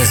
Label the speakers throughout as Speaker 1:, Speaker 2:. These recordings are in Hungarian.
Speaker 1: Ez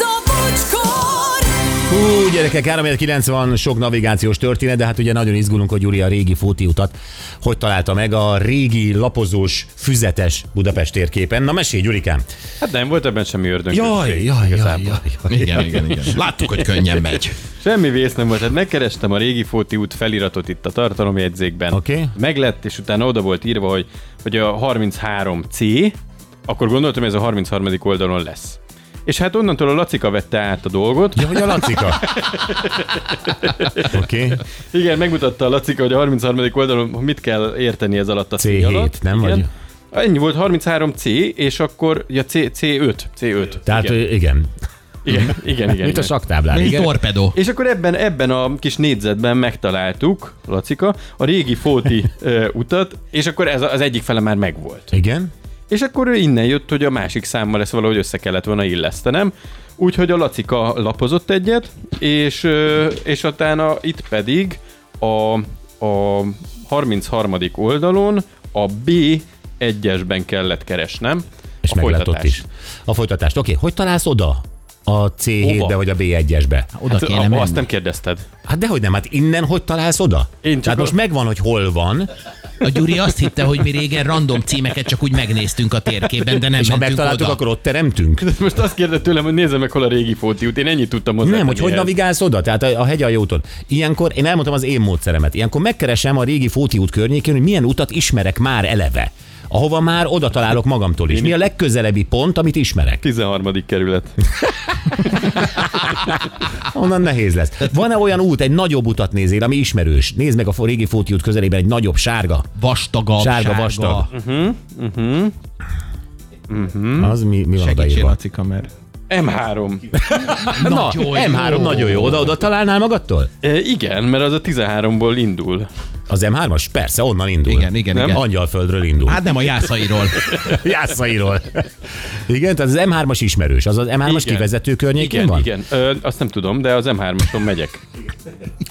Speaker 2: a bocskor!
Speaker 3: Hú, gyerekek, 390 sok navigációs történet, de hát ugye nagyon izgulunk, hogy Gyuri a régi fótiutat hogy találta meg a régi lapozós, füzetes Budapest térképen. Na mesélj, Gyurikám!
Speaker 4: Hát nem volt ebben semmi ördög.
Speaker 5: Igen, igen, igen. Láttuk, hogy könnyen megy.
Speaker 4: Semmi vész nem volt. Hát megkerestem a régi Fóti út feliratot itt a tartalomjegyzékben.
Speaker 3: Oké.
Speaker 4: Meglett, és utána oda volt írva, hogy, hogy a 33C, akkor gondoltam, ez a 33. oldalon lesz. És hát onnantól a Lacika vette át a dolgot.
Speaker 3: Ja, hogy a Lacika. Oké, okay.
Speaker 4: Igen, megmutatta a Lacika, hogy a 33. oldalon mit kell érteni ez alatt a C
Speaker 3: C7,
Speaker 4: alatt.
Speaker 3: nem
Speaker 4: Igen.
Speaker 3: vagy?
Speaker 4: Ennyi volt, 33C, és akkor ja, C, C5. C5.
Speaker 3: tehát
Speaker 4: igen.
Speaker 3: igen. igen.
Speaker 4: igen, igen, igen,
Speaker 3: Mint a
Speaker 4: igen.
Speaker 3: saktáblán,
Speaker 5: Egy
Speaker 3: igen.
Speaker 5: torpedó.
Speaker 4: És akkor ebben, ebben a kis négyzetben megtaláltuk, Lacika, a régi Fóti ö, utat, és akkor ez a- az egyik fele már megvolt.
Speaker 3: Igen?
Speaker 4: És akkor innen jött, hogy a másik számmal ezt valahogy össze kellett volna illesztenem, úgyhogy a Lacika lapozott egyet, és, ö, és utána itt pedig a, a 33. oldalon a B egyesben kellett keresnem.
Speaker 3: És
Speaker 4: a
Speaker 3: meglett ott
Speaker 4: folytatást.
Speaker 3: is. A folytatást. Oké, okay. hogy találsz oda? A C7-be
Speaker 4: Hova?
Speaker 3: vagy a B1-esbe?
Speaker 5: Oda
Speaker 4: Hát,
Speaker 5: kéne
Speaker 4: a, azt nem
Speaker 5: menni.
Speaker 4: kérdezted.
Speaker 3: Hát dehogy nem, hát innen hogy találsz oda?
Speaker 4: Én csak
Speaker 3: Tehát
Speaker 4: a-
Speaker 3: most megvan, hogy hol van,
Speaker 5: A Gyuri azt hitte, hogy mi régen random címeket csak úgy megnéztünk a térképen, de nem
Speaker 3: és ha
Speaker 5: mentünk
Speaker 3: megtaláltuk,
Speaker 5: oda.
Speaker 3: akkor ott teremtünk.
Speaker 4: Most azt kérdezted tőlem, hogy nézzem meg, hol a régi Fóti út. Én ennyit tudtam hozzá.
Speaker 3: Nem, hogy hogy
Speaker 4: ehhez.
Speaker 3: navigálsz oda, tehát a, a hegyalja úton. Ilyenkor én elmondtam az én módszeremet. Ilyenkor megkeresem a régi Fóti út környékén, hogy milyen utat ismerek már eleve. Ahova már oda találok magamtól is. Mi a legközelebbi pont, amit ismerek?
Speaker 4: 13. kerület.
Speaker 3: Onnan nehéz lesz. Van-e olyan út, egy nagyobb utat nézél, ami ismerős? Nézd meg a fo- régi Fóti út közelében egy nagyobb sárga.
Speaker 5: Vastagabb,
Speaker 3: Sárga,
Speaker 5: sárga, sárga. Mhm,
Speaker 3: vastag.
Speaker 5: vastag. mhm.
Speaker 3: Az mi, mi van
Speaker 6: Segítsél,
Speaker 3: odaírva?
Speaker 6: Lacika, mert
Speaker 4: M3.
Speaker 3: Na,
Speaker 5: Nagyon jó.
Speaker 3: M3 nagyon jó. Oda-oda találnál magadtól?
Speaker 4: E, igen, mert az a 13-ból indul.
Speaker 3: Az M3-as? Persze, onnan indul.
Speaker 5: Igen, igen,
Speaker 4: Nem?
Speaker 5: igen.
Speaker 3: Angyalföldről indul. Hát,
Speaker 5: Hát nem a jászairól.
Speaker 3: Jászairól. Igen, tehát az M3-as ismerős. Az az M3-as
Speaker 4: Igen.
Speaker 3: kivezető környékén
Speaker 4: Igen,
Speaker 3: van?
Speaker 4: igen. Ö, azt nem tudom, de az M3-oson megyek.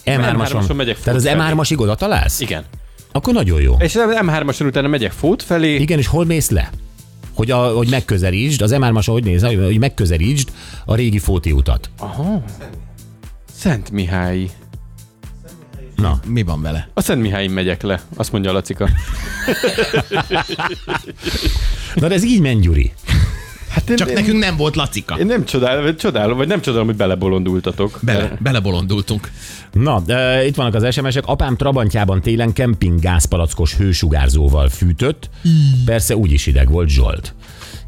Speaker 3: M3-ason
Speaker 4: M3-ason
Speaker 3: megyek
Speaker 4: megyek
Speaker 3: Tehát az
Speaker 4: fut felé.
Speaker 3: M3-asig oda találsz?
Speaker 4: Igen.
Speaker 3: Akkor nagyon jó.
Speaker 4: És az M3-ason utána megyek Fót felé.
Speaker 3: Igen, és hol mész le? Hogy, a, hogy megközelítsd, az M3-as, hogy néz, hogy megközelítsd a régi Fóti utat.
Speaker 4: Szent Mihály.
Speaker 5: Mi van vele?
Speaker 4: A Szent Mihályin megyek le, azt mondja a Lacika.
Speaker 3: Na de ez így ment, Gyuri.
Speaker 4: Hát én,
Speaker 5: Csak
Speaker 4: én,
Speaker 5: nekünk nem volt lacika.
Speaker 4: én nem csodálom, vagy csodálom, vagy nem csodálom, hogy belebolondultatok.
Speaker 5: Bele, belebolondultunk.
Speaker 3: Na, e, itt vannak az SMS-ek. Apám Trabantjában télen kemping gázpalackos hősugárzóval fűtött. Persze úgy is ideg volt Zsolt.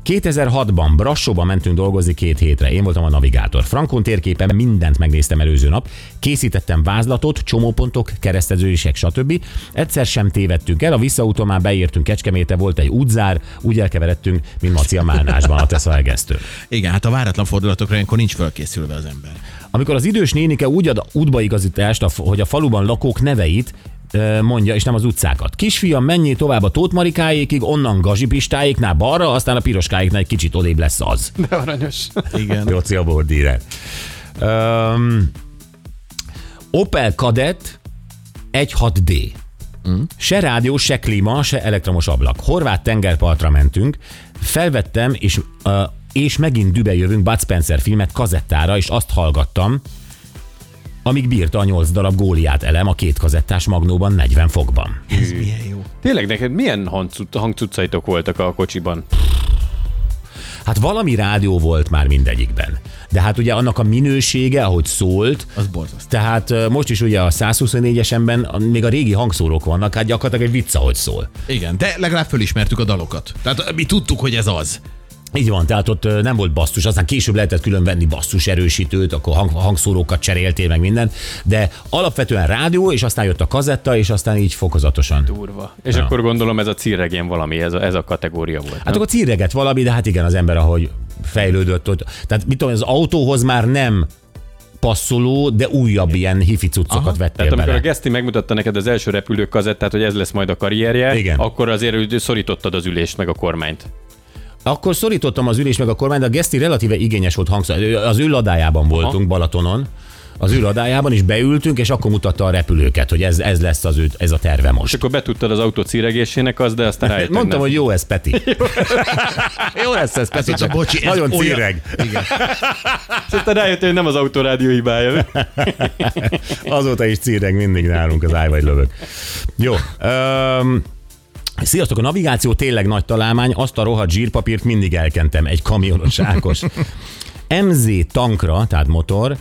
Speaker 3: 2006-ban Brassóba mentünk dolgozni két hétre. Én voltam a navigátor. Frankon térképen mindent megnéztem előző nap. Készítettem vázlatot, csomópontok, kereszteződések, stb. Egyszer sem tévedtünk el, a visszaúton már beértünk Kecskeméte, volt egy útzár, úgy elkeveredtünk, mint Maci a Málnásban a Tesza Egesztő.
Speaker 5: Igen, hát a váratlan fordulatokra ilyenkor nincs fölkészülve az ember.
Speaker 3: Amikor az idős nénike úgy ad útbaigazítást, a f- hogy a faluban lakók neveit ö, mondja, és nem az utcákat. Kisfiam, menjél tovább a Tóth Marikáékig, onnan Gazipistáéknál balra, aztán a Piroskáéknál egy kicsit odébb lesz az.
Speaker 4: De aranyos.
Speaker 5: Igen.
Speaker 3: Jóci a bordíre. Um, Opel Kadett 16D. Se rádió, se klíma, se elektromos ablak. Horvát tengerpartra mentünk, felvettem, és, uh, és megint dübejövünk Bud Spencer filmet kazettára, és azt hallgattam, amíg bírta a 8 darab góliát elem a két kazettás magnóban 40 fokban.
Speaker 5: Ez milyen jó.
Speaker 4: Tényleg neked milyen hangcuc- hangcuccaitok voltak a kocsiban?
Speaker 3: Hát valami rádió volt már mindegyikben. De hát ugye annak a minősége, ahogy szólt,
Speaker 5: Az borzasztó.
Speaker 3: Tehát ö, most is ugye a 124-esemben még a régi hangszórók vannak, hát gyakorlatilag egy vicca, hogy szól.
Speaker 5: Igen, de legalább fölismertük a dalokat. Tehát mi tudtuk, hogy ez az.
Speaker 3: Így van, tehát ott ö, nem volt basszus, aztán később lehetett külön venni basszus erősítőt, akkor hang, hangszórókat cseréltél meg minden, de alapvetően rádió, és aztán jött a kazetta, és aztán így fokozatosan.
Speaker 4: Durva. És akkor gondolom ez a círregén valami, ez a, ez a kategória volt.
Speaker 3: Hát akkor círeget valami, de hát igen, az ember, ahogy fejlődött ott. Tehát mit tudom, az autóhoz már nem passzoló, de újabb ilyen hifi cuccokat vettél
Speaker 4: Tehát Hát amikor
Speaker 3: bele.
Speaker 4: a Geszti megmutatta neked az első repülő kazettát, hogy ez lesz majd a karrierje,
Speaker 3: Igen.
Speaker 4: akkor azért úgy szorítottad az ülést meg a kormányt.
Speaker 3: Akkor szorítottam az ülés meg a kormány, de a Geszti relatíve igényes volt hangszer. Ő- Az ő ladájában voltunk Balatonon, az űradájában, és beültünk, és akkor mutatta a repülőket, hogy ez, ez lesz az ő, ez a terve
Speaker 4: És
Speaker 3: most.
Speaker 4: akkor betudtad az autó ciregésének az, de aztán rájöttem.
Speaker 3: Mondtam,
Speaker 4: nem.
Speaker 3: hogy jó ez, Peti. jó lesz ez, Peti.
Speaker 5: Ez a
Speaker 3: csak
Speaker 5: bocsi, ez
Speaker 3: Nagyon
Speaker 5: olyan-
Speaker 3: círeg.
Speaker 4: És aztán rájöttem, hogy nem az autorádió hibája.
Speaker 3: Azóta is círeg mindig nálunk az állj vagy lövök. Jó. Um, Sziasztok, a navigáció tényleg nagy találmány, azt a rohadt zsírpapírt mindig elkentem, egy kamionos Ákos. MZ tankra, tehát motor,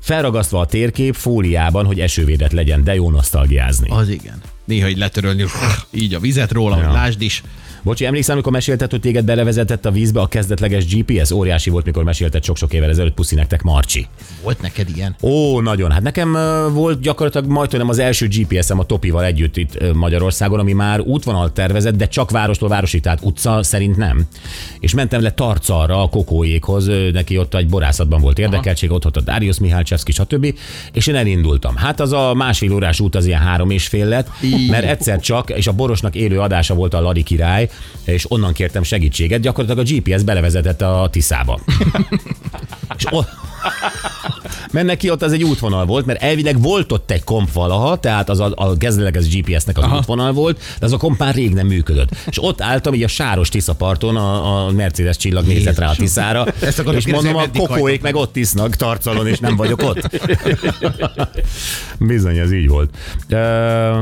Speaker 3: felragasztva a térkép fóliában, hogy esővédett legyen, de jó nosztalgiázni.
Speaker 5: Az igen. Néha így letörölni, így a vizet róla, ja. lásd is.
Speaker 3: Bocsi, emlékszem, amikor mesélted, hogy téged belevezetett a vízbe a kezdetleges GPS? Óriási volt, mikor mesélted sok-sok évvel ezelőtt, puszi nektek, Marci.
Speaker 5: Volt neked ilyen?
Speaker 3: Ó, nagyon. Hát nekem ö, volt gyakorlatilag majdnem az első GPS-em a Topival együtt itt ö, Magyarországon, ami már útvonal tervezett, de csak várostól városig, tehát utca szerint nem. És mentem le Tarcalra a kokóékhoz, ö, neki ott egy borászatban volt érdekeltség, ott volt a Darius Mihálcsevszki, stb. És én elindultam. Hát az a másfél órás út az ilyen három és fél lett, mert egyszer csak, és a borosnak élő adása volt a Ladi király, és onnan kértem segítséget, gyakorlatilag a GPS belevezetett a Tiszába. és ott, mert neki ott az egy útvonal volt, mert elvileg volt ott egy komp valaha, tehát az a, a kezdeleges GPS-nek az Aha. útvonal volt, de az a komp már rég nem működött. És ott álltam így a sáros Tisza parton, a, a Mercedes csillag nézett rá a Tiszára,
Speaker 5: Ezt akartam
Speaker 3: és
Speaker 5: kérdezni,
Speaker 3: mondom, a
Speaker 5: meddig
Speaker 3: kokóék meg ott isznak tarcalon, és nem vagyok ott. Bizony, ez így volt. Ö,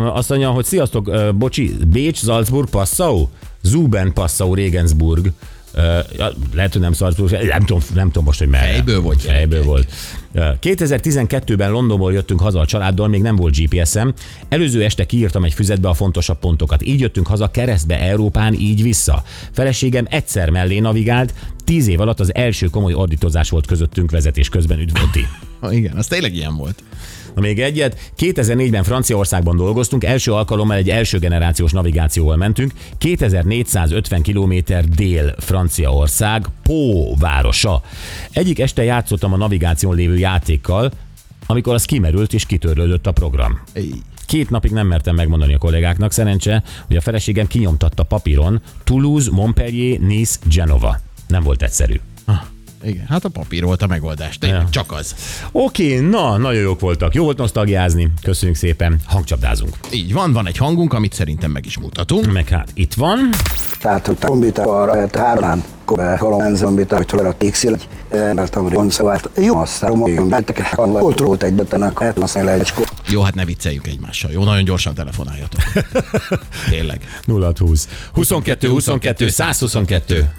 Speaker 3: azt mondja, hogy sziasztok, ö, bocsi, Bécs, Salzburg, Passau, Zuben, Passau, Regensburg. Ö, ja, lehet, hogy nem Salzburg, nem tudom, nem tudom most, hogy merre.
Speaker 5: Fejből volt,
Speaker 3: Fejből volt. Ö, 2012-ben Londonból jöttünk haza a családdal, még nem volt GPS-em. Előző este kiírtam egy füzetbe a fontosabb pontokat. Így jöttünk haza keresztbe Európán, így vissza. Feleségem egyszer mellé navigált, tíz év alatt az első komoly ordítozás volt közöttünk vezetés közben üdvötti.
Speaker 5: Ha, igen, az tényleg ilyen volt.
Speaker 3: Na még egyet. 2004-ben Franciaországban dolgoztunk, első alkalommal egy első generációs navigációval mentünk. 2450 km dél Franciaország, Pó városa. Egyik este játszottam a navigáción lévő játékkal, amikor az kimerült és kitörlődött a program. Két napig nem mertem megmondani a kollégáknak, szerencse, hogy a feleségem kinyomtatta papíron Toulouse, Montpellier, Nice, Genova. Nem volt egyszerű.
Speaker 5: Igen, hát a papír volt a megoldás, tényleg ja. csak az.
Speaker 3: Oké, na, nagyon jók voltak. Jó volt nosztalgiázni. Köszönjük szépen. Hangcsapdázunk.
Speaker 5: Így van, van egy hangunk, amit szerintem meg is mutatunk.
Speaker 3: Meg hát itt van.
Speaker 6: Tehát a kombita arra, tehát hárlán, kobe, halom, zombita, hogy tudod a tíxil, mert a ronszavát, jó, aztán mondjuk, beteke, annak ott rólt egy betanak, hát aztán lehetskor.
Speaker 5: Jó, hát ne vicceljünk egymással. Jó, nagyon gyorsan telefonáljatok. tényleg.
Speaker 3: 0 20. 22 22 122.